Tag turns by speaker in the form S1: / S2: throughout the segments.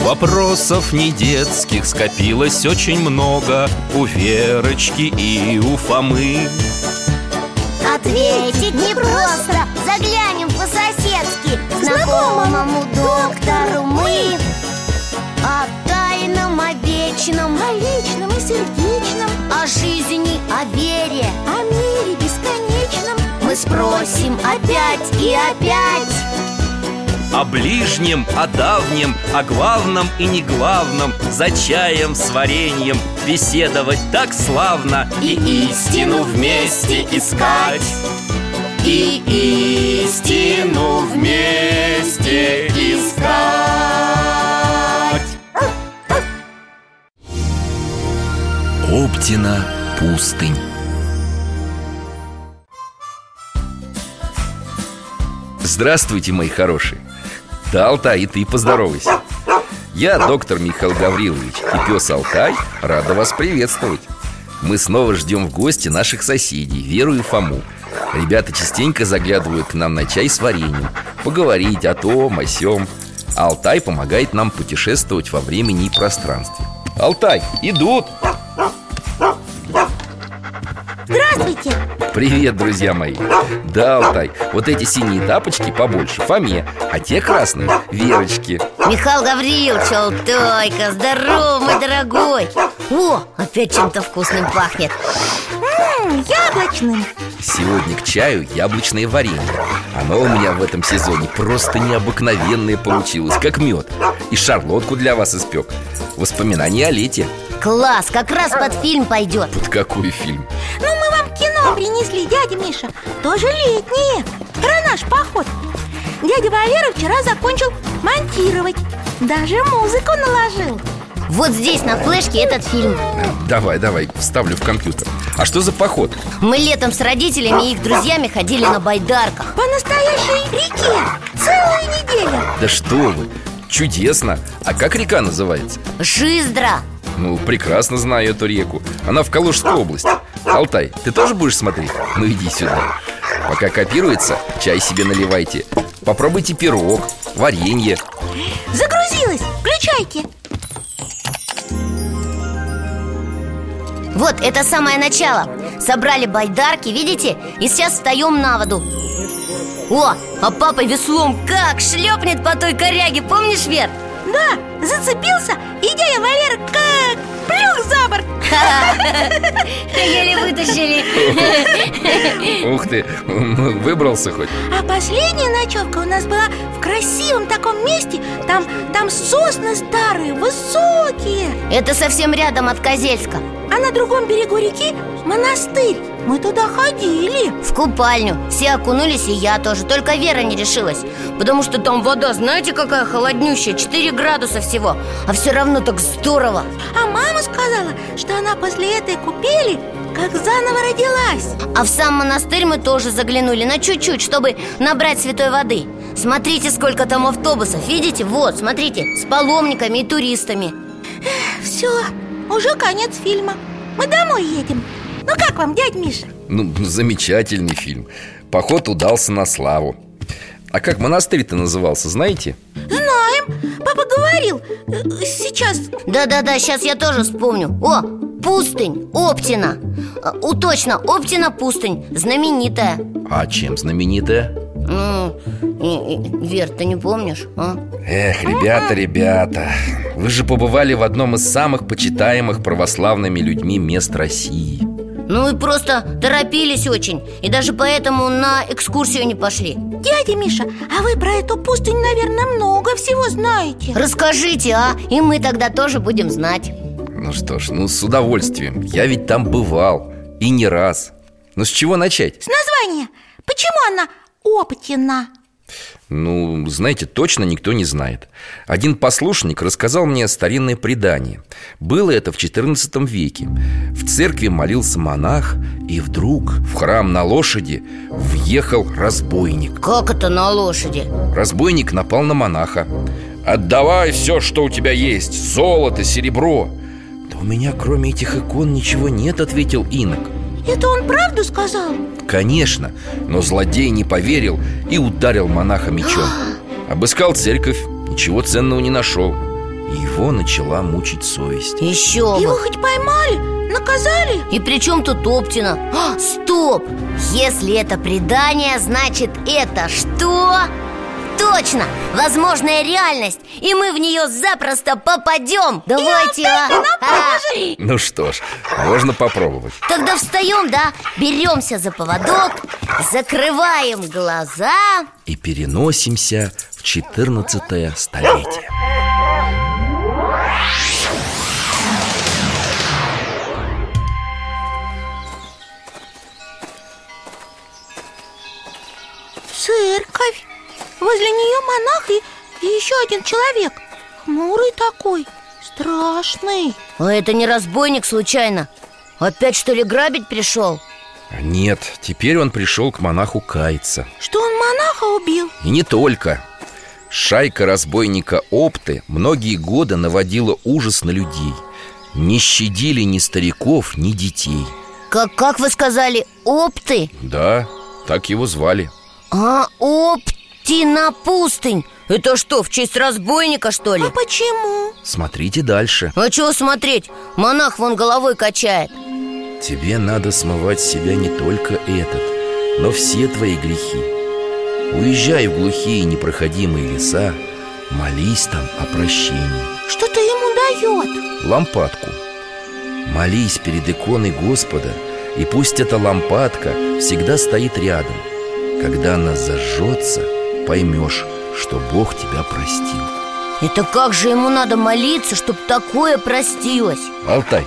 S1: Вопросов не детских скопилось очень много У Верочки и у Фомы
S2: Ответить непросто Заглянем по-соседски к Знакомому доктору мы О тайном, о вечном
S3: О личном и сердечном,
S2: О жизни, о вере
S3: о мире бесконечном
S2: Мы спросим опять и опять
S1: О ближнем, о давнем, о главном и не главном За чаем с вареньем беседовать так славно И истину вместе искать И истину вместе искать Оптина пустынь Здравствуйте, мои хорошие Да, Алтай, и ты поздоровайся Я доктор Михаил Гаврилович и пес Алтай Рада вас приветствовать Мы снова ждем в гости наших соседей Веру и Фому Ребята частенько заглядывают к нам на чай с вареньем Поговорить о том, о сём А Алтай помогает нам путешествовать во времени и пространстве Алтай, идут!
S2: Здравствуйте!
S1: Привет, друзья мои Да, Алтай, вот эти синие тапочки побольше Фоме, а те красные – Верочке
S2: Михаил Гаврилович, Алтайка, здорово, мой дорогой О, опять чем-то вкусным пахнет
S3: М, Яблочным
S1: Сегодня к чаю яблочное варенье Оно у меня в этом сезоне просто необыкновенное получилось, как мед И шарлотку для вас испек Воспоминания о лете
S2: Класс, как раз под фильм пойдет
S1: Под какой фильм?
S3: Ну, мы вам кино принесли, дядя Миша Тоже летнее Про наш поход Дядя Валера вчера закончил монтировать Даже музыку наложил
S2: Вот здесь на флешке этот фильм
S1: Давай, давай, вставлю в компьютер А что за поход?
S2: Мы летом с родителями и их друзьями ходили на байдарках
S3: По настоящей реке Целую неделю
S1: Да что вы, чудесно А как река называется?
S2: Жиздра
S1: Ну, прекрасно знаю эту реку Она в Калужской области Алтай, ты тоже будешь смотреть? Ну иди сюда Пока копируется, чай себе наливайте Попробуйте пирог, варенье
S3: Загрузилась, включайте
S2: Вот, это самое начало Собрали байдарки, видите? И сейчас встаем на воду О, а папа веслом как шлепнет по той коряге, помнишь, Вер?
S3: Да, зацепился И дядя Валера как плюх за борт
S2: Еле вытащили
S1: Ух ты, ну, выбрался хоть
S3: А последняя ночевка у нас была в красивом таком месте Там, там сосны старые, высокие
S2: Это совсем рядом от Козельска
S3: А на другом берегу реки монастырь Мы туда ходили
S2: В купальню Все окунулись, и я тоже Только Вера не решилась Потому что там вода, знаете, какая холоднющая 4 градуса всего А все равно так здорово
S3: А мама сказала, что она после этой купели как заново родилась
S2: А в сам монастырь мы тоже заглянули На чуть-чуть, чтобы набрать святой воды Смотрите, сколько там автобусов Видите? Вот, смотрите С паломниками и туристами
S3: Все, уже конец фильма Мы домой едем Ну как вам, дядь Миша?
S1: Ну, замечательный фильм Поход удался на славу А как монастырь-то назывался, знаете?
S3: Знаем, папа говорил э, Сейчас
S2: Да-да-да, сейчас я тоже вспомню О, пустынь, Оптина Э, У, точно, Оптина пустынь Знаменитая
S1: А чем знаменитая?
S2: Ну, и- и- Вер, ты не помнишь, а?
S1: Эх, ребята, ребята Вы же побывали в одном из самых почитаемых православными людьми мест России
S2: Ну и просто торопились очень И даже поэтому на экскурсию не пошли
S3: Дядя Миша, а вы про эту пустыню, наверное, много всего знаете
S2: Расскажите, а? И мы тогда тоже будем знать
S1: Ну что ж, ну с удовольствием Я ведь там бывал И не раз Ну с чего начать?
S3: С названия Почему она Оптина?
S1: Ну, знаете, точно никто не знает Один послушник рассказал мне старинное предание Было это в XIV веке В церкви молился монах И вдруг в храм на лошади въехал разбойник
S2: Как это на лошади?
S1: Разбойник напал на монаха «Отдавай все, что у тебя есть, золото, серебро» «Да у меня кроме этих икон ничего нет», — ответил инок
S3: Это он правду сказал?
S1: Конечно, но злодей не поверил и ударил монаха мечом Обыскал церковь, ничего ценного не нашел И его начала мучить совесть
S2: Еще
S3: Его
S2: бы
S3: хоть поймали, наказали?
S2: И при чем тут Оптина? А, стоп! Если это предание, значит это что? Точно! Возможная реальность И мы в нее запросто попадем Давайте, а! А!
S1: Ну что ж, можно попробовать
S2: Тогда встаем, да? Беремся за поводок Закрываем глаза
S1: И переносимся в 14 столетие
S3: Церковь Возле нее монах и, и еще один человек Хмурый такой, страшный
S2: А это не разбойник случайно? Опять что ли грабить пришел?
S1: Нет, теперь он пришел к монаху каяться
S3: Что он монаха убил? А
S1: И не только Шайка разбойника Опты многие годы наводила ужас на людей Не щадили ни стариков, ни детей
S2: Как, как вы сказали, опты?
S1: Да, так его звали
S2: А, оптина пустынь Это что, в честь разбойника, что ли?
S3: А почему?
S1: Смотрите дальше
S2: А чего смотреть? Монах вон головой качает
S1: Тебе надо смывать с себя не только этот, но все твои грехи. Уезжай в глухие непроходимые леса, молись там о прощении.
S3: Что ты ему дает?
S1: Лампадку. Молись перед иконой Господа, и пусть эта лампадка всегда стоит рядом. Когда она зажжется, поймешь, что Бог тебя простил.
S2: Это как же ему надо молиться, чтоб такое простилось?
S1: Алтай,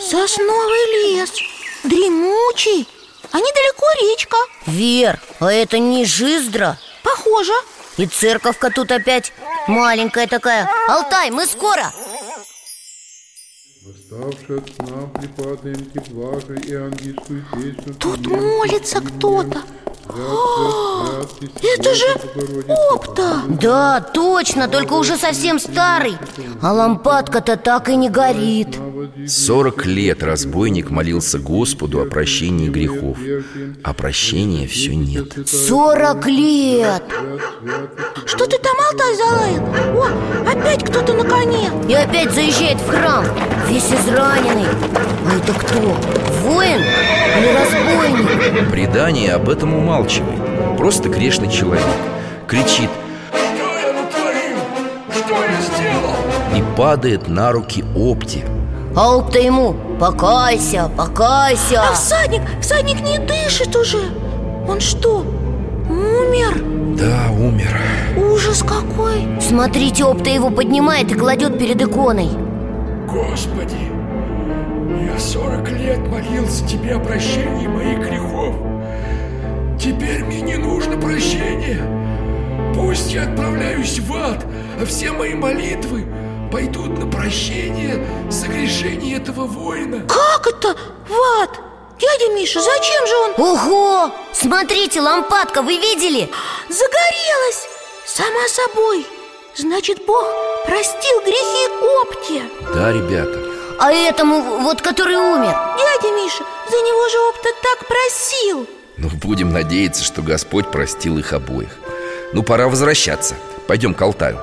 S3: Сосновый лес, дремучий А недалеко речка,
S2: Вер, а это не жиздра?
S3: похоже
S2: И церковка тут опять маленькая такая Алтай, мы скоро!
S4: Восставшая к нам припадаем тепла же и ангельскую песню.
S3: Тут молится кто-то А,
S4: Это
S3: же Опта!
S2: Да, точно, только уже совсем старый А лампадка-то так и не горит
S1: 40 лет разбойник молился Господу о прощении грехов, а прощения все нет.
S2: Сорок лет
S3: Что ты там, Алтай, залаял? О, опять кто-то на коне
S2: И опять заезжает в храм Весь израненный А это кто? Воин или разбойник?
S1: Предание об этом умалчивает Просто грешный человек Кричит
S5: Что я натворил? Что я сделал?
S1: и падает на руки Опти
S2: А опта ему Покайся, покайся
S3: А всадник, всадник не дышит уже Он что, умер?
S1: Да, умер
S3: Ужас какой
S2: Смотрите, опта его поднимает и кладет перед иконой
S5: Господи, я сорок лет молился Тебе о прощении моих грехов. Теперь мне не нужно прощения. Пусть я отправляюсь в ад, а все мои молитвы пойдут на прощение согрешений этого воина.
S3: Как это? В ад? Дядя Миша, зачем же он
S2: Ого! Смотрите, лампадка, вы видели?
S3: загорелась? Сама собой Значит, Бог простил грехи Опте
S1: Да, ребята
S2: А этому, вот который умер
S3: Дядя Миша, за него же Опта так просил
S1: Ну, будем надеяться, что Господь простил их обоих Ну, пора возвращаться Пойдем к алтарю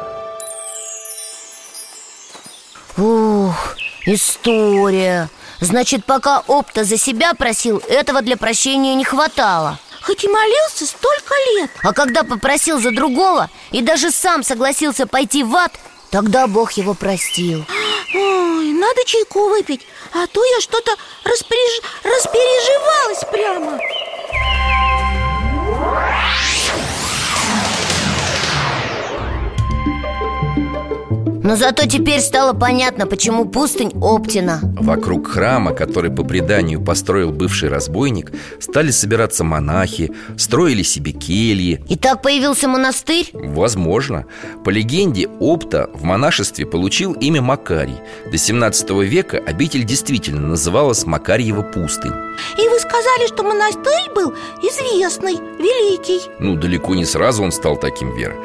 S2: Ух, история Значит, пока опта за себя просил, этого для прощения не хватало
S3: Хоть и молился столько лет
S2: А когда попросил за другого и даже сам согласился пойти в ад, тогда Бог его простил.
S3: Ой, надо чайку выпить, а то я что-то распреж... распереживалась прямо
S2: Но зато теперь стало понятно, почему пустынь Оптина.
S1: Вокруг храма, который по преданию построил бывший разбойник Стали собираться монахи, строили себе кельи
S2: И так появился монастырь?
S1: Возможно. По легенде, Опта в монашестве получил имя Макарий. До 17 века обитель действительно называлась Макарьева пустынь.
S3: И вы сказали, что монастырь был известный, великий
S1: Ну, далеко не сразу он стал таким, Вера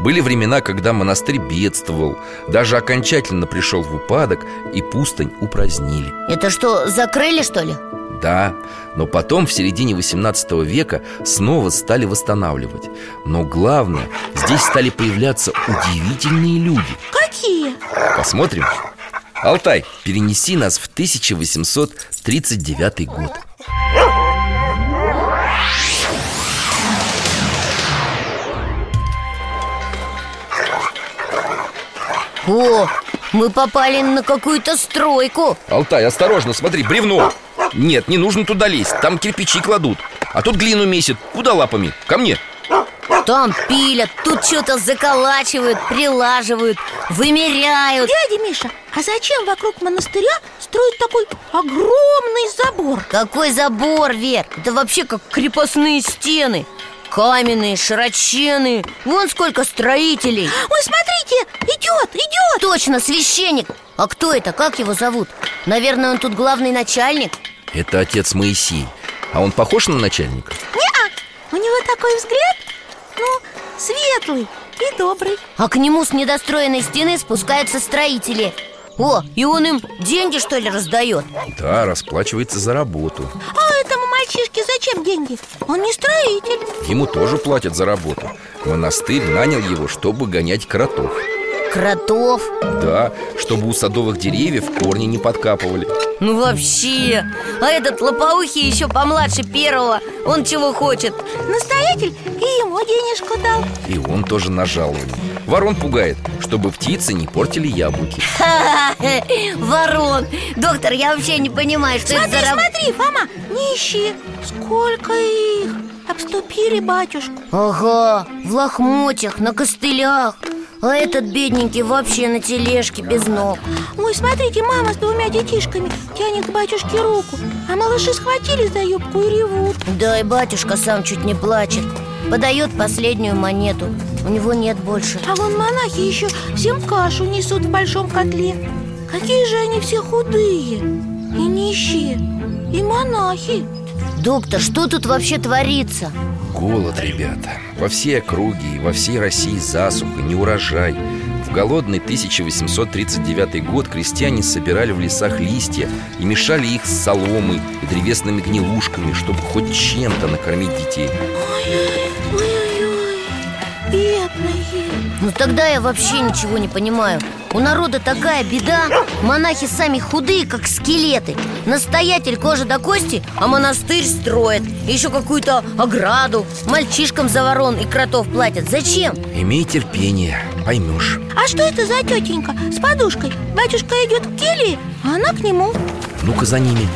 S1: Были времена, когда монастырь бедствовал Даже окончательно пришел в упадок И пустынь упразднили
S2: Это что, закрыли, что ли?
S1: Да, но потом в середине 18 века снова стали восстанавливать Но главное, здесь стали появляться удивительные люди
S3: Какие?
S1: Посмотрим Алтай, перенеси нас в 1839 год
S2: О, мы попали на какую-то стройку
S1: Алтай, осторожно, смотри, бревно Нет, не нужно туда лезть, там кирпичи кладут А тут глину месят, куда лапами? Ко мне
S2: Там пилят, тут что-то заколачивают, прилаживают, вымеряют
S3: Дядя Миша, а зачем вокруг монастыря строить такой огромный забор?
S2: Какой забор, Вер? Это вообще как крепостные стены Каменные, широченные Вон сколько строителей
S3: Ой, смотрите, идет, идет
S2: Точно, священник А кто это? Как его зовут? Наверное, он тут главный начальник
S1: Это отец Моисей А он похож на начальника?
S3: Неа, а! у него такой взгляд, ну, светлый и добрый
S2: А к нему с недостроенной стены спускаются строители О, и он им деньги, что ли, раздает?
S1: Да, расплачивается за работу
S3: А этому мальчишке зачем деньги? Он не строитель
S1: Ему тоже платят за работу Монастырь нанял его, чтобы гонять кротов
S2: Кротов
S1: Да, чтобы у садовых деревьев корни не подкапывали
S2: Ну вообще А этот лопоухий еще помладше первого Он чего хочет?
S3: Настоятель и ему денежку дал
S1: И он тоже на жаловании Ворон пугает, чтобы птицы не портили яблоки
S2: Ха-ха-ха, Ворон Доктор, я вообще не понимаю, что
S3: Смотри,
S2: это за раб-
S3: А смотри, Фома, нищие Сколько их Обступили батюшку
S2: Ага, в лохмотьях, на костылях А этот бедненький вообще на тележке без ног
S3: Ой, смотрите, мама с двумя детишками Тянет к батюшке руку А малыши схватили за юбку и ревут
S2: Да и батюшка сам чуть не плачет Подает последнюю монету У него нет больше
S3: А вон монахи еще всем кашу несут в большом котле Какие же они все худые И нищие И монахи
S2: Доктор, что тут вообще творится?
S1: Голод, ребята Во всей округе и во всей России засуха, неурожай В голодный 1839 год крестьяне собирали в лесах листья И мешали их с соломой и древесными гнилушками Чтобы хоть чем-то накормить детей
S3: Ой-ой-ой Бедные
S2: Ну тогда я вообще ничего не понимаю У народа такая беда Монахи сами худые, как скелеты Настоятель кожа до кости, а монастырь строит Еще какую-то ограду Мальчишкам за ворон и кротов платят Зачем?
S1: Имей терпение, поймешь
S3: А что это за тетенька с подушкой? Батюшка идет к келье, а она к нему
S1: Ну-ка за ними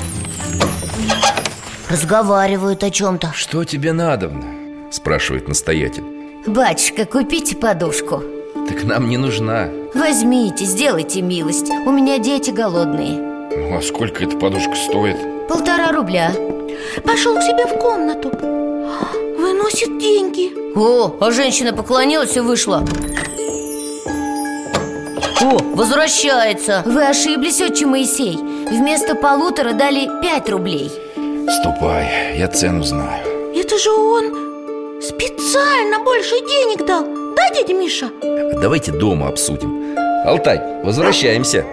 S2: Разговаривают о чем-то
S1: Что тебе надобно? Спрашивает настоятель
S2: Батюшка, купите подушку
S1: Так нам не нужна
S2: Возьмите, сделайте милость У меня дети голодные
S1: Ну а сколько эта подушка стоит?
S2: Полтора рубля
S3: Пошел к себе в комнату Выносит деньги
S2: О, а женщина поклонилась и вышла О, возвращается Вы ошиблись, отче Моисей Вместо полутора дали пять рублей
S1: Ступай, я цену знаю
S3: Это же он специально больше денег дал Да, дядя Миша?
S1: Давайте дома обсудим Алтай, возвращаемся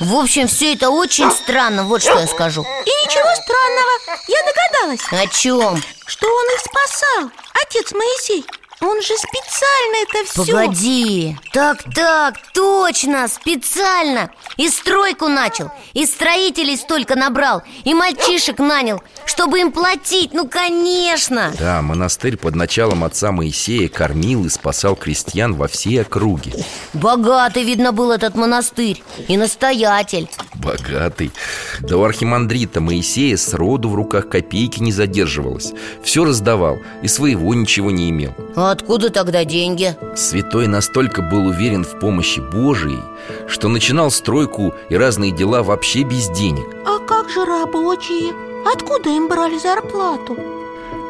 S2: В общем, все это очень странно, вот что я скажу
S3: И ничего странного, я
S2: О
S3: догадалась
S2: чем?
S3: Что он их спасал, отец Моисей Он же специально это все
S2: Погоди Так, так, точно, специально И стройку начал И строителей столько набрал И мальчишек нанял Чтобы им платить, ну конечно
S1: Да, монастырь под началом отца Моисея кормил и спасал крестьян во всей округе
S2: Богатый, видно, был этот монастырь И настоятель
S1: Богатый Да у архимандрита Моисея сроду в руках копейки не задерживалось Все раздавал и своего ничего не имел
S2: А откуда тогда деньги?
S1: Святой настолько был уверен в помощи Божией, что начинал стройку и разные дела вообще без денег.
S3: А как же рабочие? Откуда им брали зарплату?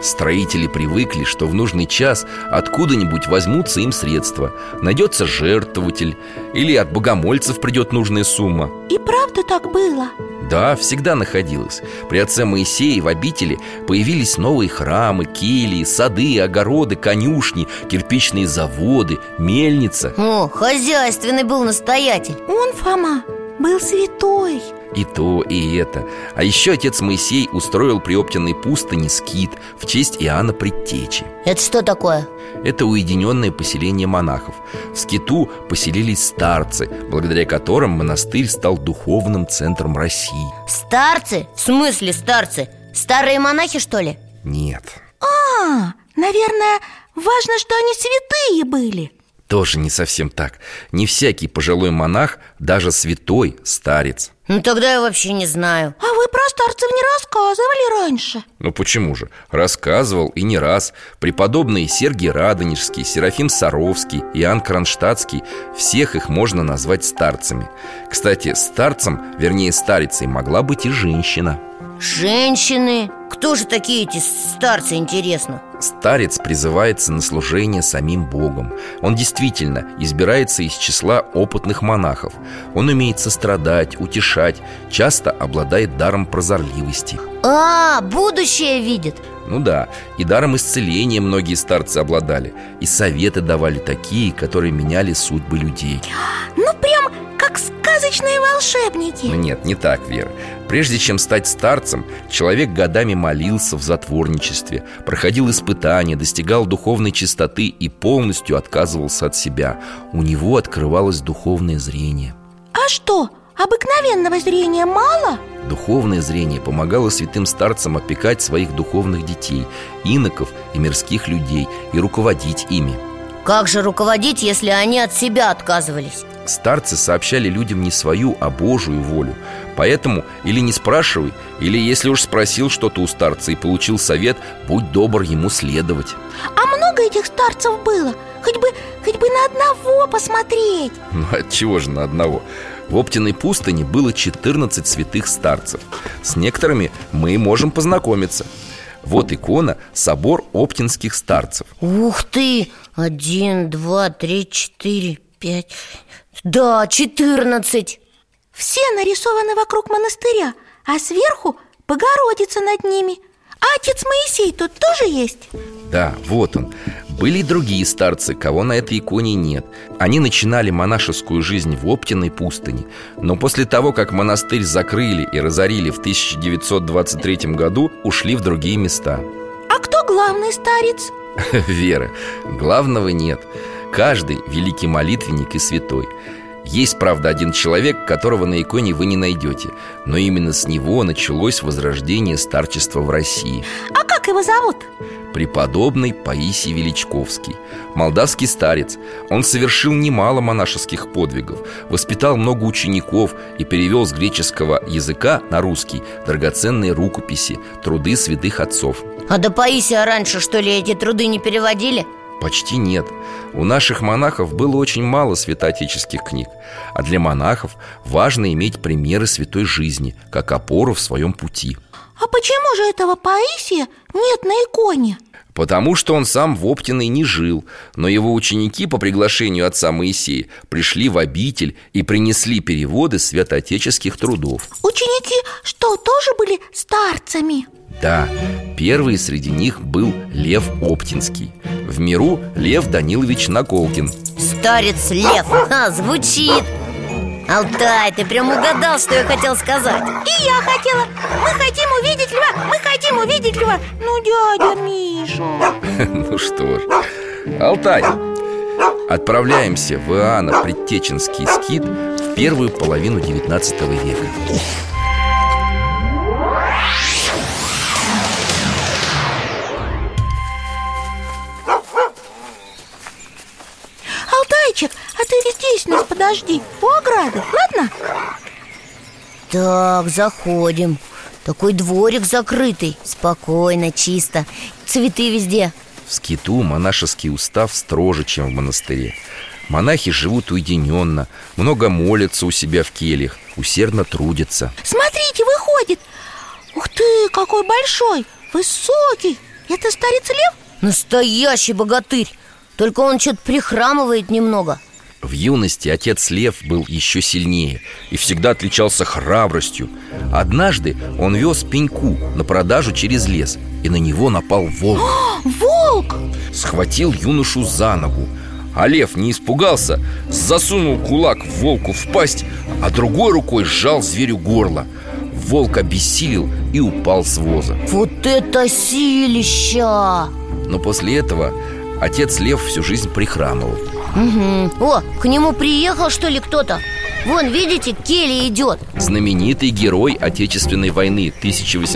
S1: Строители привыкли, что в нужный час откуда-нибудь возьмутся им средства Найдется жертвователь или от богомольцев придет нужная сумма
S3: И правда так было
S1: Да, всегда находилось При отце Моисее в обители появились новые храмы, келии, сады, огороды, конюшни, кирпичные заводы, мельница
S2: О, хозяйственный был настоятель
S3: Он, Фома, был святой
S1: И то, и это А еще отец Моисей устроил при Оптиной пустыне скит в честь Иоанна Предтечи
S2: Это что такое?
S1: Это уединенное поселение монахов В скиту поселились старцы, благодаря которым монастырь стал духовным центром России
S2: Старцы? В смысле старцы? Старые монахи, что ли?
S1: Нет,
S3: А, наверное, важно, что они святые были
S1: тоже не совсем так Не всякий пожилой монах, даже святой старец
S2: Ну тогда я вообще не знаю
S3: А вы про старцев не рассказывали раньше
S1: Ну почему же? Рассказывал и не раз Преподобные Сергий Радонежский, Серафим Саровский, Иоанн Кронштадтский Всех их можно назвать старцами Кстати, старцем, вернее старицей могла быть и женщина
S2: Женщины Кто же такие эти старцы, интересно?
S1: Старец призывается на служение самим Богом Он действительно избирается из числа опытных монахов Он умеет сострадать, утешать Часто обладает даром прозорливости
S2: А, будущее видит
S1: Ну да, и даром исцеления многие старцы обладали И советы давали такие, которые меняли судьбы людей
S3: Ну, прям как сказочные
S1: Но
S3: волшебники
S1: нет, не так, Вера Прежде чем стать старцем, человек годами молился в затворничестве Проходил испытания, достигал духовной чистоты и полностью отказывался от себя У него открывалось духовное зрение
S3: А что, обыкновенного зрения мало?
S1: Духовное зрение помогало святым старцам опекать своих духовных детей, иноков и мирских людей и руководить ими
S2: Как же руководить, если они от себя отказывались?
S1: Старцы сообщали людям не свою, а Божию волю Поэтому или не спрашивай, или если уж спросил что-то у старца и получил совет Будь добр ему следовать
S3: А много этих старцев было? Хоть бы, хоть бы на одного посмотреть
S1: Ну от чего же на одного? В Оптиной пустыне было 14 святых старцев С некоторыми мы и можем познакомиться Вот икона «Собор оптинских старцев»
S2: Ух ты! Один, два, три, четыре, пять Да, четырнадцать
S3: Все нарисованы вокруг монастыря, а сверху Богородица над ними А отец Моисей тут тоже есть?
S1: Да, вот он. Были и другие старцы, кого на этой иконе нет. Они начинали монашескую жизнь в Оптиной пустыне. Но после того, как монастырь закрыли и разорили в 1923 году, ушли в другие места.
S3: А кто главный старец?
S1: Веры. Главного нет. Каждый великий молитвенник и святой. Есть, правда, один человек, которого на иконе вы не найдете Но именно с него началось возрождение старчества в России
S3: А как его зовут?
S1: преподобный Паисий Величковский Молдавский старец Он совершил немало монашеских подвигов Воспитал много учеников И перевел с греческого языка на русский Драгоценные рукописи, труды святых отцов
S2: А до Паисия раньше, что ли, эти труды не переводили?
S1: Почти нет У наших монахов было очень мало святоотеческих книг А для монахов важно иметь примеры святой жизни Как опору в своем пути
S3: А почему же этого Паисия нет на иконе?
S1: Потому что он сам в Оптиной не жил Но его ученики по приглашению отца Моисея Пришли в обитель и принесли переводы святоотеческих трудов
S3: Ученики что, тоже были старцами?
S1: Да, первый среди них был Лев Оптинский В миру Лев Данилович Наколкин
S2: Старец лев Ха, звучит Алтай, ты прям угадал, что я хотел сказать
S3: И я хотела Мы хотим увидеть льва, мы хотим увидеть льва Ну, дядя Миша
S1: Ну что ж Алтай, отправляемся в Иоанна Предтеченский скит В первую половину 19 века
S3: Алтайчик, а ты здесь нас подожди У ограды, ладно?
S2: Так, заходим Такой дворик закрытый Спокойно, чисто Цветы везде
S1: В скиту монашеский устав строже, чем в монастыре. Монахи живут уединенно, много молятся у себя в кельях, усердно трудятся.
S3: Смотрите, выходит Ух ты, какой большой, высокий Это старец Лев?
S2: Настоящий богатырь Только он что-то прихрамывает немного
S1: В юности отец Лев был еще сильнее и всегда отличался храбростью. Однажды он вез пеньку на продажу через лес, и на него напал волк.
S3: Волк!
S1: Схватил юношу за ногу. А лев не испугался, засунул кулак волку в пасть, а другой рукой сжал зверю горло. Волк обессилел и упал с воза.
S2: Вот это силища!
S1: Но после этого отец Лев всю жизнь прихрамывал.
S2: Мгм. О, к нему приехал что ли кто-то? Вон, видите, Келли идет
S1: Знаменитый герой Отечественной войны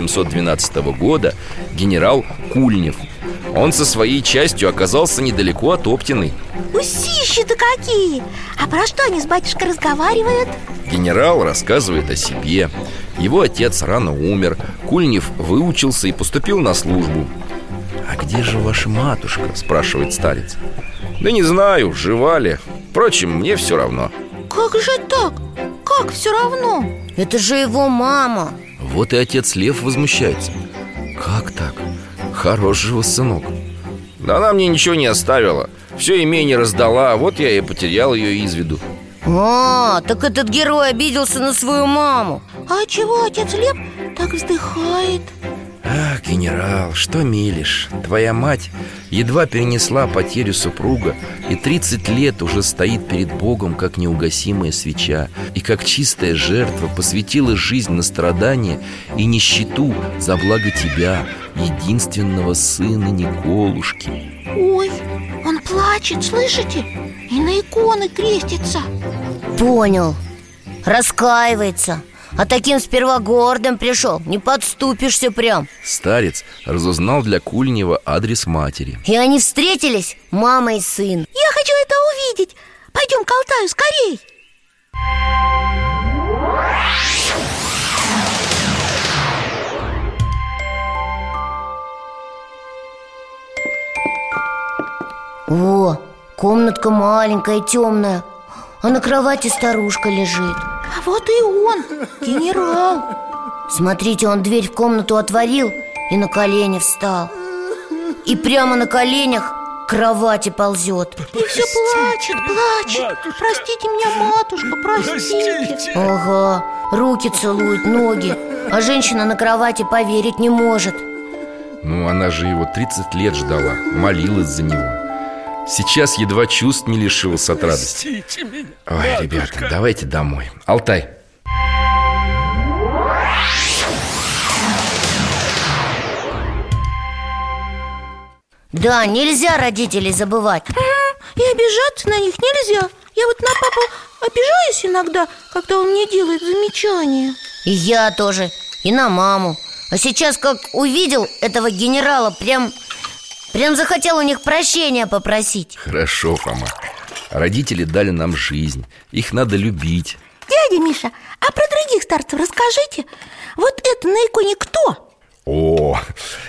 S1: 1812 года генерал Кульнев. Он со своей частью оказался недалеко от Оптины.
S3: Усищи-то какие! А про что они с батюшкой разговаривают?
S1: Генерал рассказывает о себе. Его отец рано умер. Кульнев выучился и поступил на службу. «А где же ваша матушка?» – спрашивает старец. «Да не знаю, жива ли. Впрочем, мне все равно».
S3: Как же так? Как все равно?
S2: Это же его мама
S1: Вот и отец Лев возмущается Как так? Хорош же у вас сынок Да она мне ничего не оставила Все имение раздала, а вот я и потерял ее из виду
S2: А, так этот герой обиделся на свою маму
S3: А чего отец Лев так вздыхает?
S1: Ах, генерал, что мелешь? Твоя мать едва перенесла потерю супруга И 30 лет уже стоит перед Богом, как неугасимая свеча И как чистая жертва посвятила жизнь на страдания и нищету за благо тебя, единственного сына Николушки
S3: Ой, он плачет, слышите? И на иконы крестится
S2: Понял Раскаивается А таким сперва гордым пришел Не подступишься прям
S1: Старец разузнал для Кульнева адрес матери
S2: И они встретились, мама и сын
S3: Я хочу это увидеть Пойдем к Алтаю скорей
S2: О, комнатка маленькая, темная А на кровати старушка лежит
S3: А вот и он, генерал
S2: Смотрите, он дверь в комнату отворил И на колени встал И прямо на коленях к кровати ползет
S3: И все плачет, плачет
S5: матушка.
S3: Простите меня, матушка, простите
S2: Ага, руки целует, ноги А женщина на кровати поверить не может
S1: Ну, она же его 30 лет ждала, молилась за него Сейчас едва чувств не лишилась от радости
S5: Простите меня,
S1: Ой, ребята, давайте домой Алтай,
S2: Да, нельзя родителей забывать
S3: И обижаться на них нельзя Я вот на папу обижаюсь иногда Когда он мне делает замечания
S2: И я тоже, и на маму А сейчас как увидел этого генерала Прям, прям захотел у них прощения попросить
S1: хорошо, Фома Родители дали нам жизнь, их надо любить
S3: Дядя Миша, а про других старцев расскажите Вот это на иконе кто?
S1: О,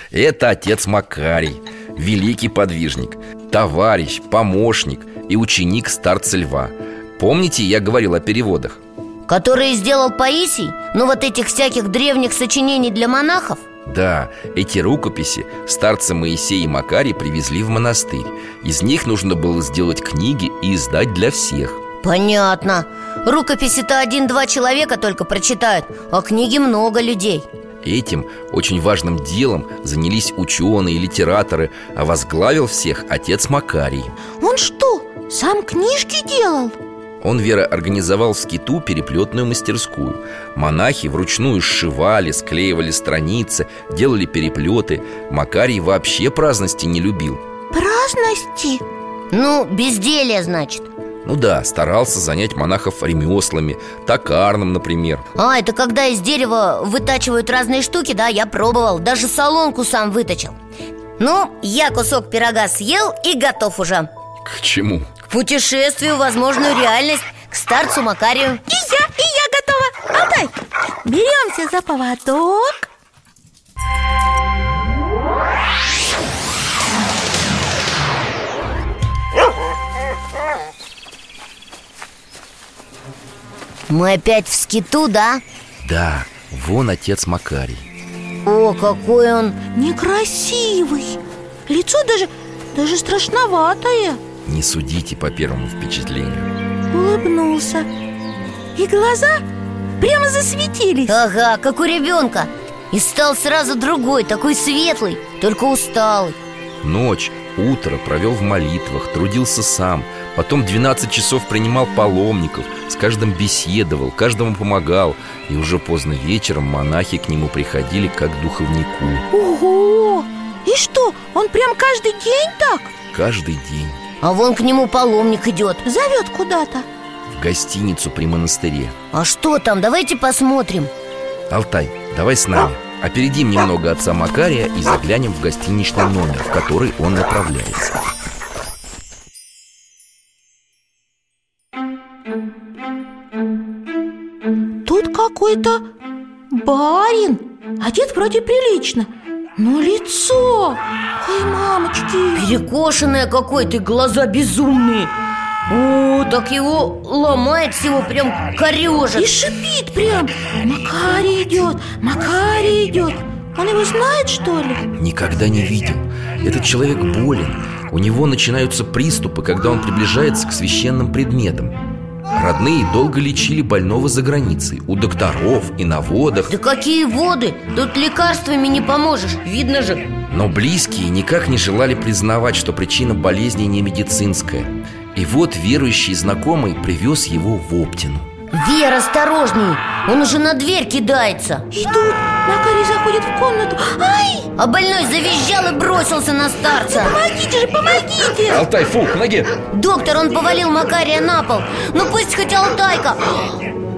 S1: это отец Макарий, великий подвижник, товарищ, помощник и ученик старца Льва Помните, я говорил о переводах?
S2: Которые сделал Паисий Ну вот этих всяких древних сочинений для монахов
S1: Да, эти рукописи старцы Моисей и Макарий привезли в монастырь Из них нужно было сделать книги и издать для всех
S2: Понятно Рукописи-то один-два человека только прочитают А книги много людей
S1: Этим очень важным делом занялись ученые и литераторы А возглавил всех отец Макарий
S3: Он что, сам книжки делал?
S1: Он, Вера, организовал в скиту переплетную мастерскую Монахи вручную сшивали, склеивали страницы, делали переплеты Макарий вообще праздности не любил
S3: Праздности?
S2: Ну, безделие, значит
S1: Ну да, старался занять монахов ремеслами, токарным, например
S2: А, это когда из дерева вытачивают разные штуки, да, я пробовал Даже солонку сам выточил Ну, я кусок пирога съел и готов уже
S1: К чему?
S2: К путешествию, в возможную реальность, к старцу Макарию
S3: И я, и я готова Алтай, беремся за поводок
S2: Мы опять в скиту, да?
S1: Да, вон отец Макарий
S2: О, какой он
S3: Некрасивый Лицо даже, даже страшноватое
S1: Не судите по первому впечатлению
S3: Улыбнулся И глаза прямо засветились
S2: Ага, как у ребенка И стал сразу другой, такой светлый Только усталый
S1: Ночь, утро провел в молитвах, трудился сам Потом 12 часов принимал паломников С каждым беседовал, каждому помогал И уже поздно вечером монахи к нему приходили как к духовнику
S3: Ого! И что, он прям каждый день так?
S1: Каждый день
S2: А вон к нему паломник идет
S3: Зовет куда-то
S1: в гостиницу при монастыре
S2: А что там, давайте посмотрим
S1: Алтай, давай с нами Опередим немного отца Макария и заглянем в гостиничный номер, в который он направляется
S3: Тут какой-то барин Одет вроде прилично Но лицо Ой, мамочки
S2: Перекошенное какое-то, и глаза безумные О, так его ломает всего, прям
S3: И
S2: корежит
S3: шипит прям Макарий идет, Макарий идет Он его знает, что ли?
S1: Никогда не видел Этот человек болен У него начинаются приступы, когда он приближается к священным предметам Родные долго лечили больного за границей У докторов и на водах
S2: Да какие воды, тут лекарствами не поможешь, видно же
S1: Но близкие никак не желали признавать, что причина болезни не медицинская И вот верующий знакомый привез его в Оптину
S2: Вера, осторожней, он уже на дверь кидается
S3: И тут Макарий заходит в комнату Ай,
S2: А больной завизжал и бросился на старца
S3: помогите же, помогите
S1: Алтай, фу, к ноге!
S2: Доктор, он повалил Макария на пол Ну пусть хоть Алтайка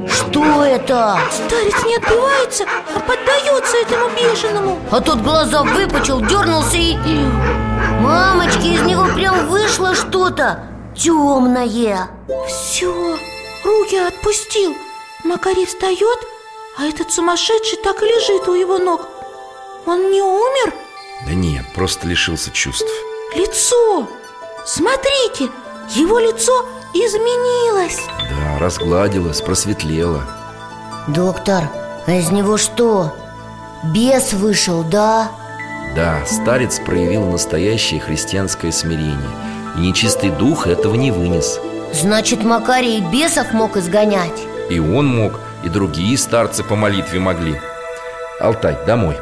S2: Что это?
S3: Старец не отбивается, а поддается этому бешеному
S2: А тот глаза выпучил, дернулся и... и- Мамочки, из него прям вышло что-то Темное
S3: Все, руки отпустил Макарий встает, а этот сумасшедший так и лежит у его ног Он не умер?
S1: Да нет, просто лишился чувств
S3: Лицо! Смотрите, его лицо изменилось
S1: Да, разгладилась, просветлела
S2: Доктор, а из него что? Бес вышел, да?
S1: Да, старец проявил настоящее христианское смирение И нечистый дух этого не вынес
S2: Значит, Макарий и бесов мог изгонять
S1: И он мог, и другие старцы по молитве могли Алтай, домой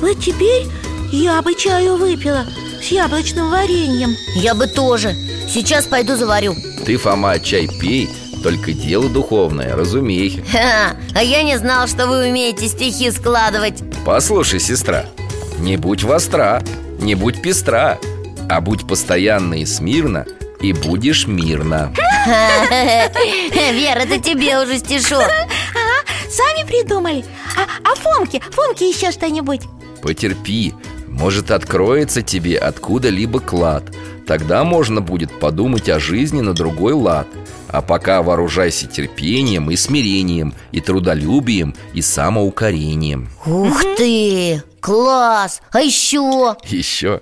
S3: Вот теперь я бы чаю выпила с яблочным вареньем
S2: Я бы тоже Сейчас пойду заварю
S1: Ты, Фома, чай пей, только дело духовное, разумей
S2: Ха, а я не знал, что вы умеете стихи складывать
S1: Послушай, сестра, не будь востра, не будь пестра А будь постоянно и смирно, и будешь мирно
S2: Вера, это тебе уже стишок
S3: Сами придумали А, а Фомке, Фомке еще что-нибудь
S1: Потерпи, может откроется тебе откуда-либо клад Тогда можно будет подумать о жизни на другой лад А пока вооружайся терпением и смирением И трудолюбием и самоукорением
S2: Ух ты! Класс! А еще?
S1: Еще,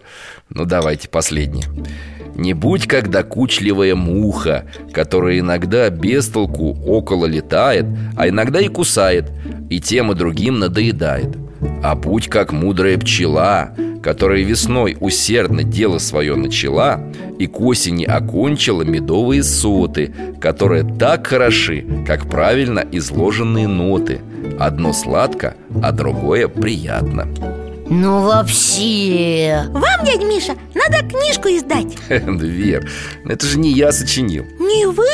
S1: ну давайте последнее Не будь как докучливая муха Которая иногда без толку около летает А иногда и кусает И тем и другим надоедает А будь как мудрая пчела Которая весной усердно дело свое начала И к осени окончила медовые соты Которые так хороши, как правильно изложенные ноты Одно сладко, а другое приятно
S2: Ну вообще!
S3: Вам, дядь Миша, надо книжку издать
S1: Да, Вер, это же не я сочинил
S3: Не вы,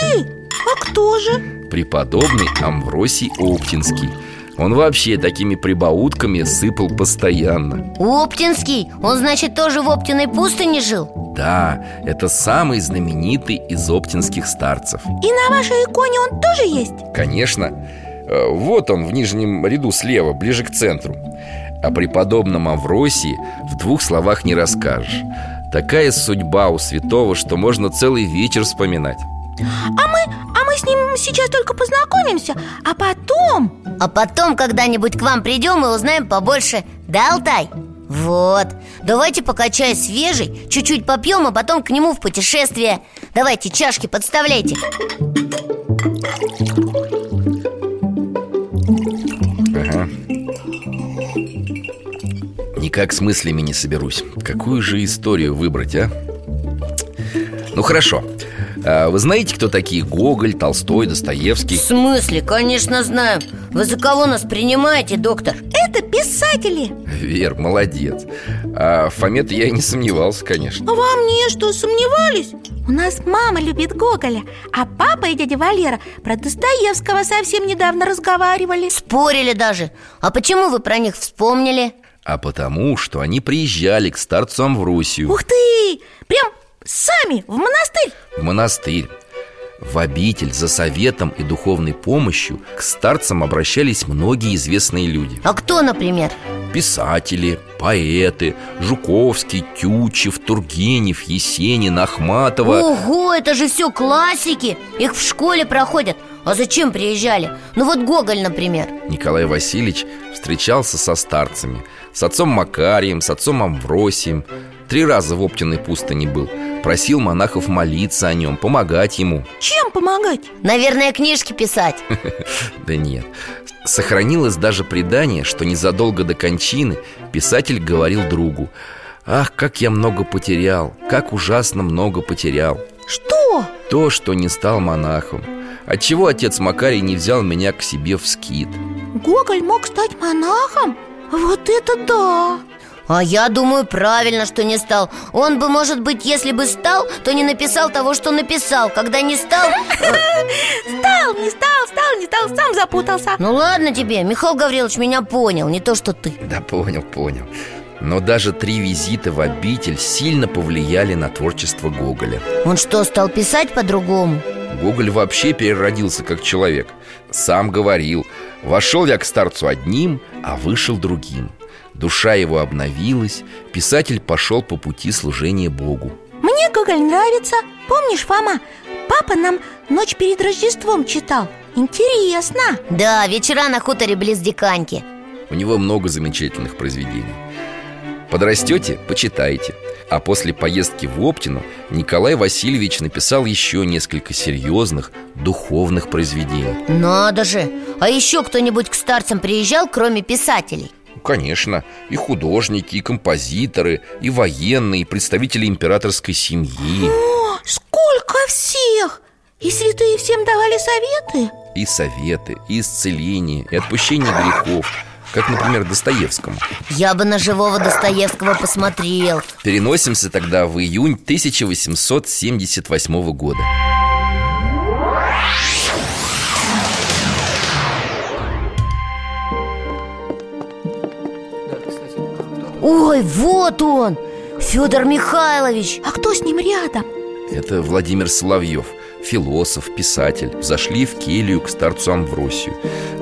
S3: а кто же?
S1: Преподобный Амвросий Оптинский Он вообще такими прибаутками сыпал постоянно
S2: Оптинский? Он, значит, тоже в Оптиной пустыне жил?
S1: Да, это самый знаменитый из оптинских старцев
S3: И на вашей иконе он тоже есть?
S1: Конечно, э, вот он в нижнем ряду слева, ближе к центру О преподобном Амвросии в двух словах не расскажешь Такая судьба у святого, что можно целый вечер вспоминать
S3: А мы, а мы с ним сейчас только познакомимся А потом
S2: А потом когда-нибудь к вам придем и узнаем побольше Да, Алтай? Вот, давайте пока чай свежий Чуть-чуть попьем, а потом к нему в путешествие Давайте чашки подставляйте
S1: Ага. Никак с мыслями не соберусь. Какую же историю выбрать, а? Ну хорошо. А вы знаете, кто такие Гоголь, Толстой,
S2: В
S1: Достоевский?
S2: смысле? Конечно знаем Вы за кого нас принимаете, доктор?
S3: Это писатели
S1: Вер, молодец. А в Фоме-то я и не сомневался, конечно.
S3: А во мне что, сомневались? У нас мама любит Гоголя А папа и дядя Валера про Достоевского совсем недавно разговаривали
S2: Спорили даже А почему вы про них вспомнили?
S1: А потому, что они приезжали к старцам в Русию,
S3: Ух ты! Прям сами в монастырь
S1: в монастырь. В обитель за советом и духовной помощью к старцам обращались многие известные люди.
S2: А кто, например?
S1: Писатели, поэты Жуковский, Тютчев, Тургенев, Есенин, Ахматова
S2: Ого, это же все классики Их в школе проходят А зачем приезжали? Ну вот Гоголь, например
S1: Николай Васильевич встречался со старцами С отцом Макарием, с отцом Амвросием Три раза в Оптиной пустыне был Просил монахов молиться о нем, помогать ему
S3: Чем помогать?
S2: Наверное, книжки писать
S1: Да нет Сохранилось даже предание, что незадолго до кончины Писатель говорил другу Ах, как я много потерял, как ужасно много потерял
S3: Что?
S1: То, что не стал монахом Отчего отец Макарий не взял меня к себе в скит
S3: Гоголь мог стать монахом? Вот это да!
S2: А я думаю, правильно, что не стал Он бы, может быть, если бы стал, то не написал того, что написал Когда не стал...
S3: Стал, не стал, стал, не стал, сам запутался
S2: Ну ладно тебе, Михаил Гаврилович меня понял, не то что ты
S1: Да понял, понял Но даже три визита в обитель сильно повлияли на творчество Гоголя
S2: Он что, стал писать по-другому?
S1: Гоголь вообще переродился как человек Сам говорил Вошел я к старцу одним, а вышел другим Душа его обновилась Писатель пошел по пути служения Богу
S3: Мне Гоголь нравится Помнишь, Фома, папа нам ночь перед Рождеством читал Интересно
S2: Да, вечера на хуторе близ Диканьки
S1: У него много замечательных произведений Подрастете – почитайте А после поездки в Оптину Николай Васильевич написал еще несколько серьезных духовных произведений
S2: Надо же! А еще кто-нибудь к старцам приезжал, кроме писателей?
S1: Ну, Конечно, и художники, и композиторы, и военные, и представители императорской семьи
S3: О, сколько всех! И святые всем давали советы
S1: И советы, и исцеление, и отпущение грехов Как, например, Достоевскому
S2: Я бы на живого Достоевского посмотрел
S1: Переносимся тогда в июнь 1878 года
S2: Ой, вот он! Федор Михайлович
S3: А кто с ним рядом?
S1: Это Владимир Соловьев, философ, писатель Зашли в келью к старцу Амвросию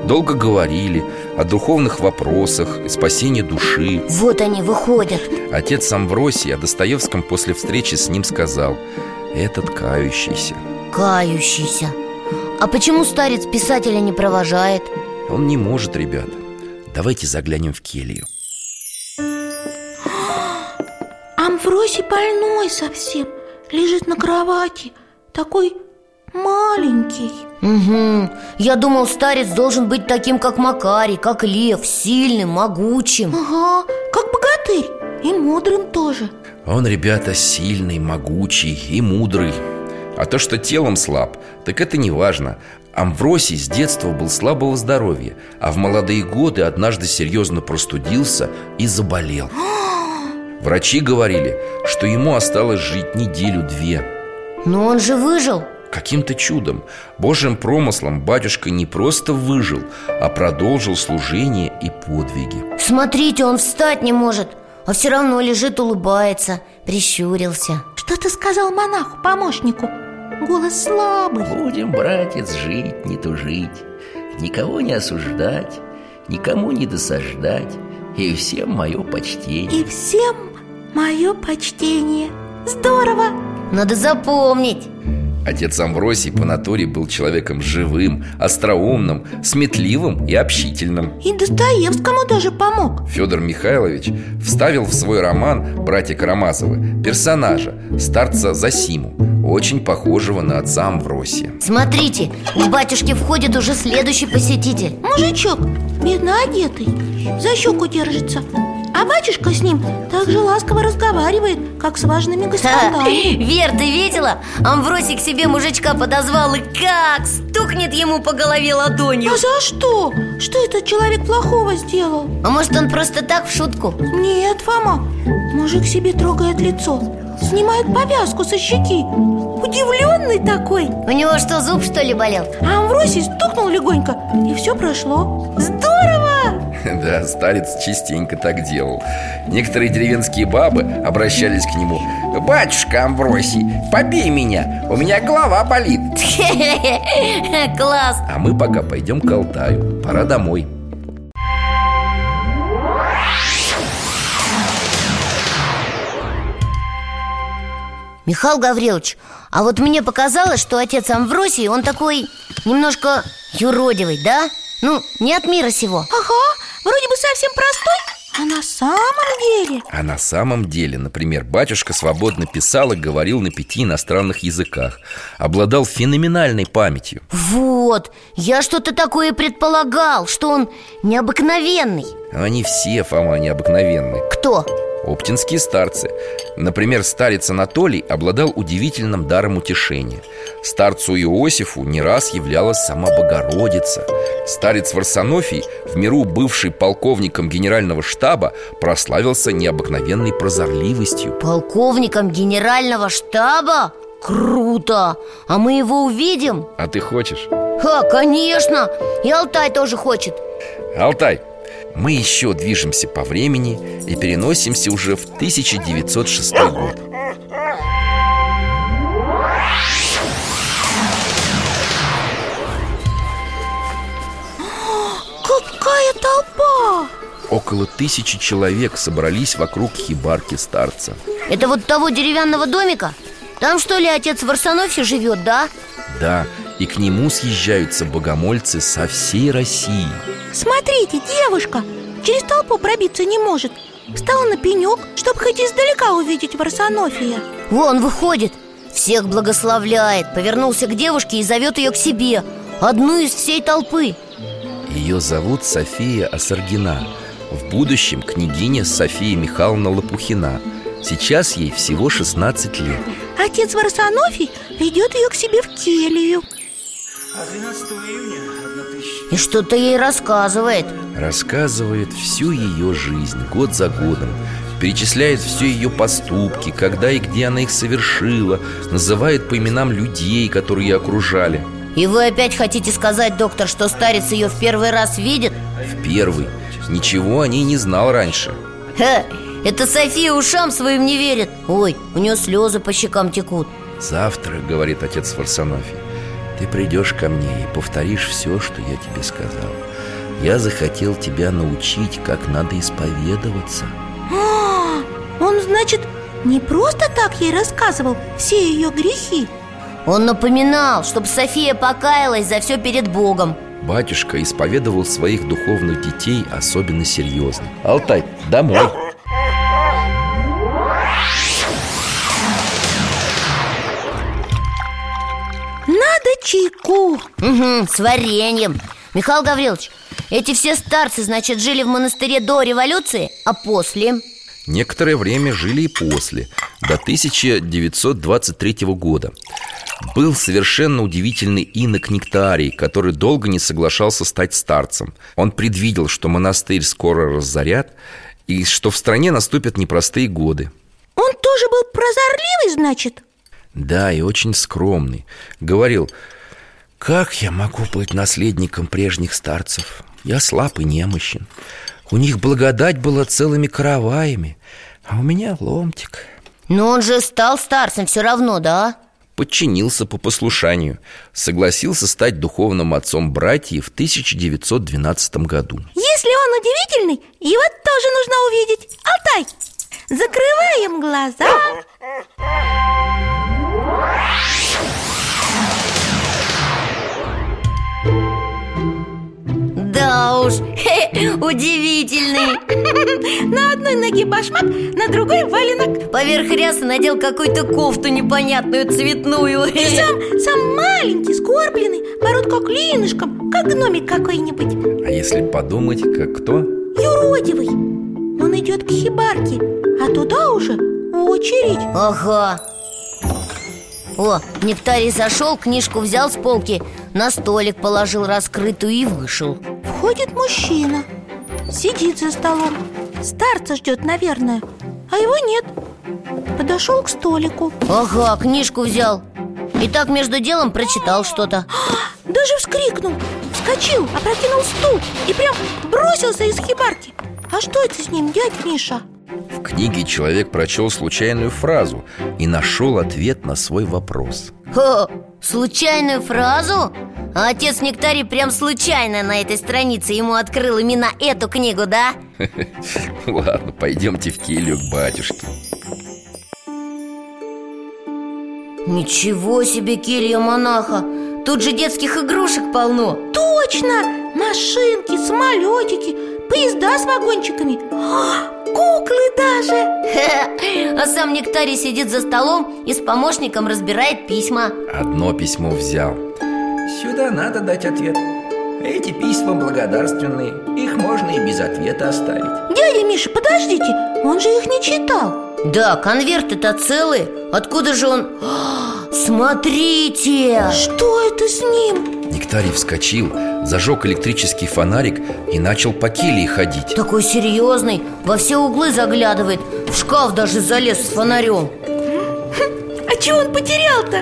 S1: Долго говорили о духовных вопросах, спасении души,
S2: Вот они выходят
S1: Отец Амвросий о Достоевском после встречи с ним сказал «Этот кающийся».
S2: Кающийся А почему старец писателя не провожает?
S1: Он не может, ребята. Давайте заглянем в келью.
S3: Амвросий больной совсем Лежит на кровати Такой маленький
S2: Угу Я думал, старец должен быть таким, как Макарий, как Лев Сильным, могучим
S3: Ага, как богатырь И мудрым тоже
S1: Он, ребята, сильный, могучий и мудрый. А то, что телом слаб, так это не важно. Амвросий с детства был слабого здоровья, а в молодые годы однажды серьезно простудился и заболел. Врачи говорили, что ему осталось жить неделю-две –
S2: Но он же выжил
S1: Каким-то чудом, божьим промыслом батюшка не просто выжил, а продолжил служение и подвиги
S2: Смотрите, он встать не может А все равно лежит, улыбается Прищурился
S3: Что ты сказал монаху, помощнику? Голос слабый
S6: Будем, братец, жить, не тужить, никого не осуждать, никому не досаждать, и всем мое почтение.
S3: И всем мое почтение Здорово!
S2: Надо запомнить
S1: Отец Амвросий по натуре был человеком живым, остроумным, сметливым и общительным.
S3: И Достоевскому даже помог
S1: Федор Михайлович вставил в свой роман «Братья Карамазовы» персонажа, старца Засиму, очень похожего на отца Амвросия.
S2: Смотрите, к батюшке входит уже следующий посетитель
S3: Мужичок, бедно одетый, за щеку держится А батюшка с ним так же ласково разговаривает, как с важными
S2: Ха,
S3: господами
S2: Вер, ты видела? Амвросий к себе мужичка подозвал и как стукнет ему по голове ладонью
S3: А за что? Что этот человек плохого сделал?
S2: А может он просто так в шутку?
S3: Нет, Фома, мужик себе трогает лицо Снимает повязку со щеки Удивленный такой
S2: У него что, зуб что ли болел?
S3: А Амвросий стукнул легонько И все прошло Здорово!
S1: Да, старец частенько так делал Некоторые деревенские бабы обращались к нему «Батюшка Амвросий, побей меня, у меня голова болит»
S2: Класс!
S1: А мы пока пойдем к Алтаю, пора домой
S2: Михаил Гаврилович, а вот мне показалось, что отец Амвросий, он такой немножко юродивый, да? Ну, не от мира сего
S3: Ага, вроде бы совсем простой А на самом деле
S1: А на самом деле, например, батюшка свободно писал и говорил на пяти иностранных языках Обладал феноменальной памятью
S2: Вот, я что-то такое предполагал, что он необыкновенный
S1: Но Они все, Фома, необыкновенны
S2: Кто?
S1: Оптинские старцы Например, старец Анатолий обладал удивительным даром утешения Старцу Иосифу не раз являлась сама Богородица Старец Варсонофий, в миру бывший полковником генерального штаба Прославился необыкновенной прозорливостью
S2: Полковником генерального штаба? Круто! А мы его увидим?
S1: А ты хочешь?
S2: Ха, конечно! И Алтай тоже хочет
S1: Алтай, мы еще движемся по времени и переносимся уже в 1906 год
S3: Какая толпа!
S1: Около тысячи человек собрались вокруг хибарки старца
S2: Это вот того деревянного домика? Там что ли отец Варсонофий живет, да?
S1: Да, и к нему съезжаются богомольцы со всей России
S3: Смотрите, девушка через толпу пробиться не может Встала на пенек, чтобы хоть издалека увидеть Варсонофия
S2: Вон выходит Всех благословляет Повернулся к девушке и зовет ее к себе Одну из всей толпы
S1: Ее зовут София Осаргина В будущем княгиня София Михайловна Лопухина Сейчас ей всего 16 лет
S3: Отец Варсонофий ведет ее к себе в келью
S2: И что-то ей рассказывает
S1: Рассказывает всю ее жизнь, год за годом Перечисляет все ее поступки, когда и где она их совершила Называет по именам людей, которые ее окружали
S2: И вы опять хотите сказать, доктор, что старец ее в первый раз видит?
S1: В первый ничего о ней не знал раньше
S2: Ха, это София ушам своим не верит Ой, у нее слезы по щекам текут
S1: «Завтра, — говорит отец Фарсонофий, — ты придешь ко мне и повторишь все, что я тебе сказал Я захотел тебя научить, как надо исповедоваться
S3: А, Он, значит, не просто так ей рассказывал все ее грехи
S2: Он напоминал, чтобы София покаялась за все перед Богом
S1: Батюшка исповедовал своих духовных детей особенно серьезно Алтай, домой!
S3: Надо чайку
S2: Угу, с вареньем Михаил Гаврилович, эти все старцы, значит, жили в монастыре до революции, а после?
S1: Некоторое время жили и после, до 1923 года. Был совершенно удивительный инок Нектарий, который долго не соглашался стать старцем. Он предвидел, что монастырь скоро разорят и что в стране наступят непростые годы.
S3: Он тоже был прозорливый, значит?
S1: Да, и очень скромный. Говорил, как я могу быть наследником прежних старцев? Я слаб и немощен. У них благодать была целыми караваями, а у меня ломтик.
S2: Но он же стал старцем все равно, да?
S1: подчинился по послушанию, согласился стать духовным отцом братьев в 1912 году.
S3: Если он удивительный, его тоже нужно увидеть Алтай, закрываем глаза
S2: уж, удивительный
S3: На одной ноге башмак, на другой валенок
S2: Поверх ряса надел какую-то кофту непонятную, цветную
S3: И сам, сам маленький, скорбленный, бородка клинышком, как гномик какой-нибудь
S1: А если подумать, как кто?
S3: Юродивый Он идет к хибарке, а туда уже очередь
S2: Ага О, Нектарий зашел, книжку взял с полки На столик положил раскрытую и вышел
S3: Входит мужчина Сидит за столом Старца ждет, наверное А его нет Подошел к столику
S2: Ага, книжку взял И так между делом прочитал что-то
S3: Даже вскрикнул Вскочил, опрокинул стул И прям бросился из хибарки А что это с ним, дядь Миша?
S1: В книге человек прочел случайную фразу и нашел ответ на свой вопрос.
S2: Ха, случайную фразу? А отец Нектарий прям случайно на этой странице ему открыл именно эту книгу, да?
S1: Ладно, пойдемте в келью к батюшке.
S2: Ничего себе келья монаха Тут же детских игрушек полно
S3: Точно! Машинки, самолетики, поезда с вагончиками А, Куклы даже!
S2: А сам Нектарий сидит за столом и с помощником разбирает письма
S1: Одно письмо взял.
S6: Сюда надо дать ответ Эти письма благодарственные Их можно и без ответа оставить
S3: Дядя Миша, подождите, он же их не читал
S2: Да, конверты-то целые Откуда же он... А, Смотрите!
S3: Что это с ним?
S1: Нектарий вскочил, зажег электрический фонарик и начал по келье ходить.
S2: Такой серьезный, во все углы заглядывает В шкаф даже залез с фонарем
S3: А чего он потерял-то?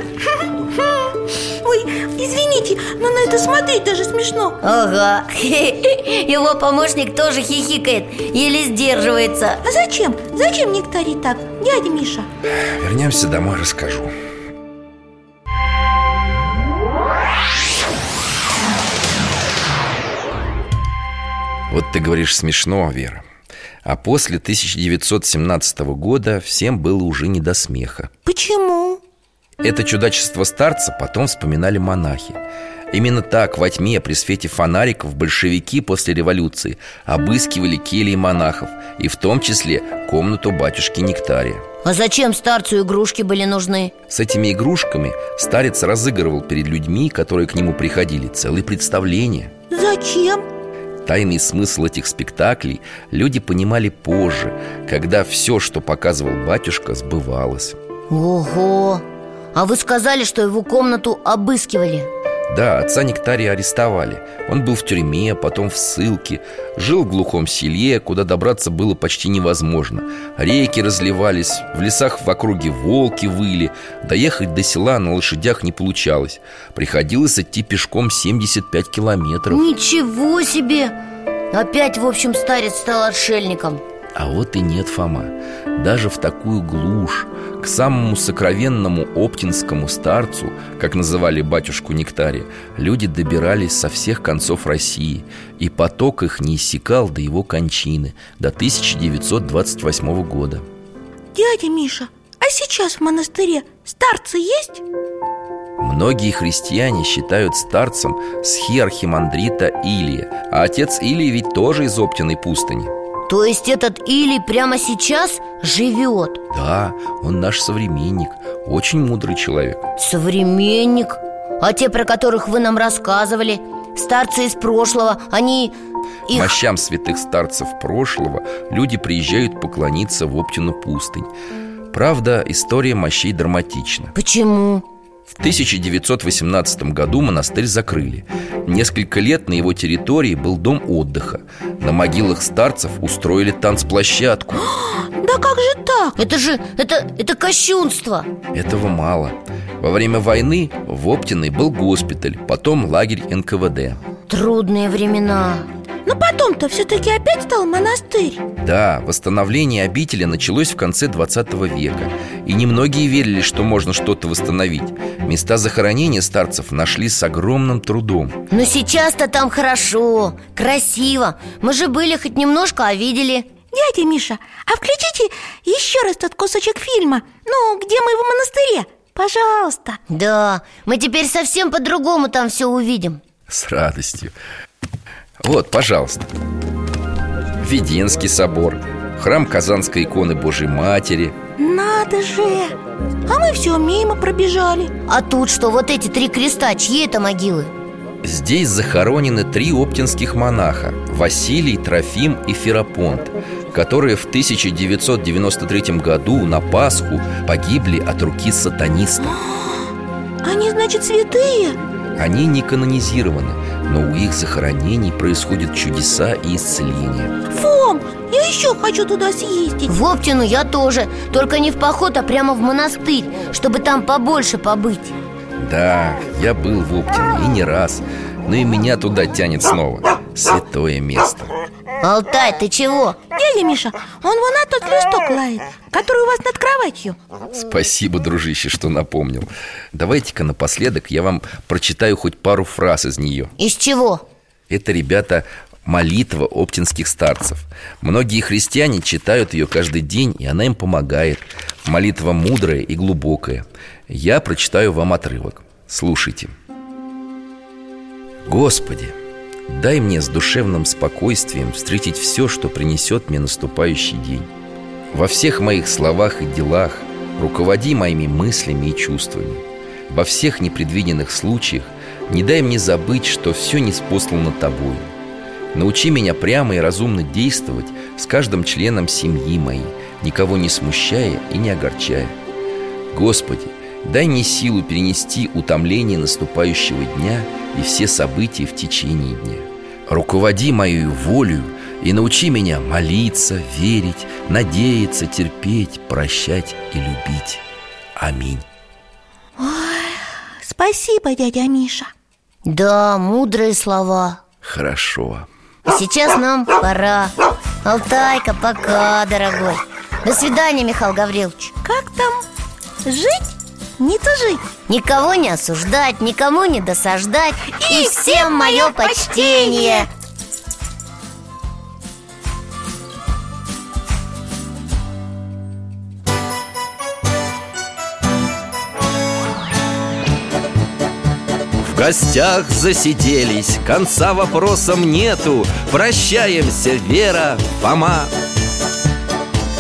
S3: Ой, извините, но на это смотреть даже смешно
S2: Ага, его помощник тоже хихикает, еле сдерживается
S3: А зачем? Зачем нектарий так, дядя Миша?
S1: Вернемся домой, расскажу. Вот ты говоришь смешно, Вера. А после 1917 года всем было уже не до смеха.
S3: Почему?
S1: Это чудачество старца потом вспоминали монахи. Именно так во тьме при свете фонариков большевики после революции обыскивали келии монахов и в том числе комнату батюшки Нектария.
S2: А зачем старцу игрушки были нужны?
S1: С этими игрушками старец разыгрывал перед людьми, которые к нему приходили, целые представления.
S3: Зачем?
S1: Тайный смысл этих спектаклей люди понимали позже, когда все, что показывал батюшка, сбывалось.
S2: Ого! А вы сказали, что его комнату обыскивали
S1: Да, отца Нектария арестовали. Он был в тюрьме, а потом в ссылке. Жил в глухом селе, куда добраться было почти невозможно. Реки разливались, в лесах в округе волки выли. Доехать до села на лошадях не получалось. Приходилось идти пешком 75 километров.
S2: Ничего себе! Опять, в общем, старец стал отшельником
S1: А вот и нет, Фома Даже в такую глушь К самому сокровенному оптинскому старцу Как называли батюшку Нектария Люди добирались со всех концов России И поток их не иссякал до его кончины До 1928 года
S3: Дядя Миша, а сейчас в монастыре старцы есть?
S1: Многие христиане считают старцем схиархимандрита Илия А отец Илия ведь тоже из Оптиной пустыни
S2: То есть этот Или прямо сейчас живет
S1: Да, он наш современник Очень мудрый человек
S2: Современник А те, про которых вы нам рассказывали Старцы из прошлого, они...
S1: К
S2: Их...
S1: мощам святых старцев прошлого люди приезжают поклониться в Оптину пустынь. Правда, история мощей драматична.
S2: Почему?
S1: В 1918 году монастырь закрыли. Несколько лет на его территории был дом отдыха. На могилах старцев устроили танцплощадку.
S3: Да как же так?
S2: Это же... Это, это кощунство
S1: Этого мало. Во время войны в Оптиной был госпиталь, потом лагерь НКВД.
S2: Трудные времена
S3: Но Ну потом-то все-таки опять стал монастырь
S1: Да, восстановление обители началось в конце 20 века И немногие верили, что можно что-то восстановить Места захоронения старцев нашли с огромным трудом
S2: Но сейчас-то там хорошо, красиво Мы же были хоть немножко, а видели
S3: Дядя Миша, а включите еще раз тот кусочек фильма Ну, где мы в монастыре? Пожалуйста
S2: Да, мы теперь совсем по-другому там все увидим
S1: С радостью Вот, пожалуйста Веденский собор Храм Казанской иконы Божьей Матери
S3: Надо же! А мы все мимо пробежали
S2: А тут что, вот эти три креста, чьи это могилы?
S1: Здесь захоронены три оптинских монаха Василий, Трофим и Ферапонт Которые в 1993 году на Пасху погибли от руки сатаниста
S3: Они, значит, святые?
S1: Они не канонизированы, но у их захоронений происходят чудеса и исцеления
S3: Фом, я еще хочу туда съездить
S2: В Оптину я тоже, только не в поход, а прямо в монастырь Чтобы там побольше побыть
S1: Да, я был в Оптине и не раз Но и меня туда тянет снова Святое место
S2: Алтай, ты чего?
S3: Дядя Миша, он вон на тот листок лает, который у вас над кроватью
S1: Спасибо, дружище, что напомнил Давайте-ка напоследок я вам прочитаю хоть пару фраз из нее
S2: Из чего?
S1: Это, ребята, молитва оптинских старцев Многие христиане читают ее каждый день, и она им помогает Молитва мудрая и глубокая Я прочитаю вам отрывок Слушайте Господи, дай мне с душевным спокойствием встретить все, что принесет мне наступающий день Во всех моих словах и делах руководи моими мыслями и чувствами Во всех непредвиденных случаях не дай мне забыть, что все неспослано Тобою Научи меня прямо и разумно действовать с каждым членом семьи моей, никого не смущая и не огорчая. Господи, дай мне силу перенести утомление наступающего дня и все события в течение дня. Руководи мою волю и научи меня молиться, верить, надеяться, терпеть, прощать и любить. Аминь.
S3: Спасибо, дядя Миша
S2: Да, мудрые слова
S1: Хорошо.
S2: А Сейчас нам пора Алтайка, пока, дорогой До свидания, Михаил Гаврилович
S3: Как там? Жить? Не тужить
S2: Никого не осуждать, никому не досаждать И, всем мое почтение.
S1: В гостях засиделись, конца вопросам нету Прощаемся, Вера, Фома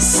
S1: С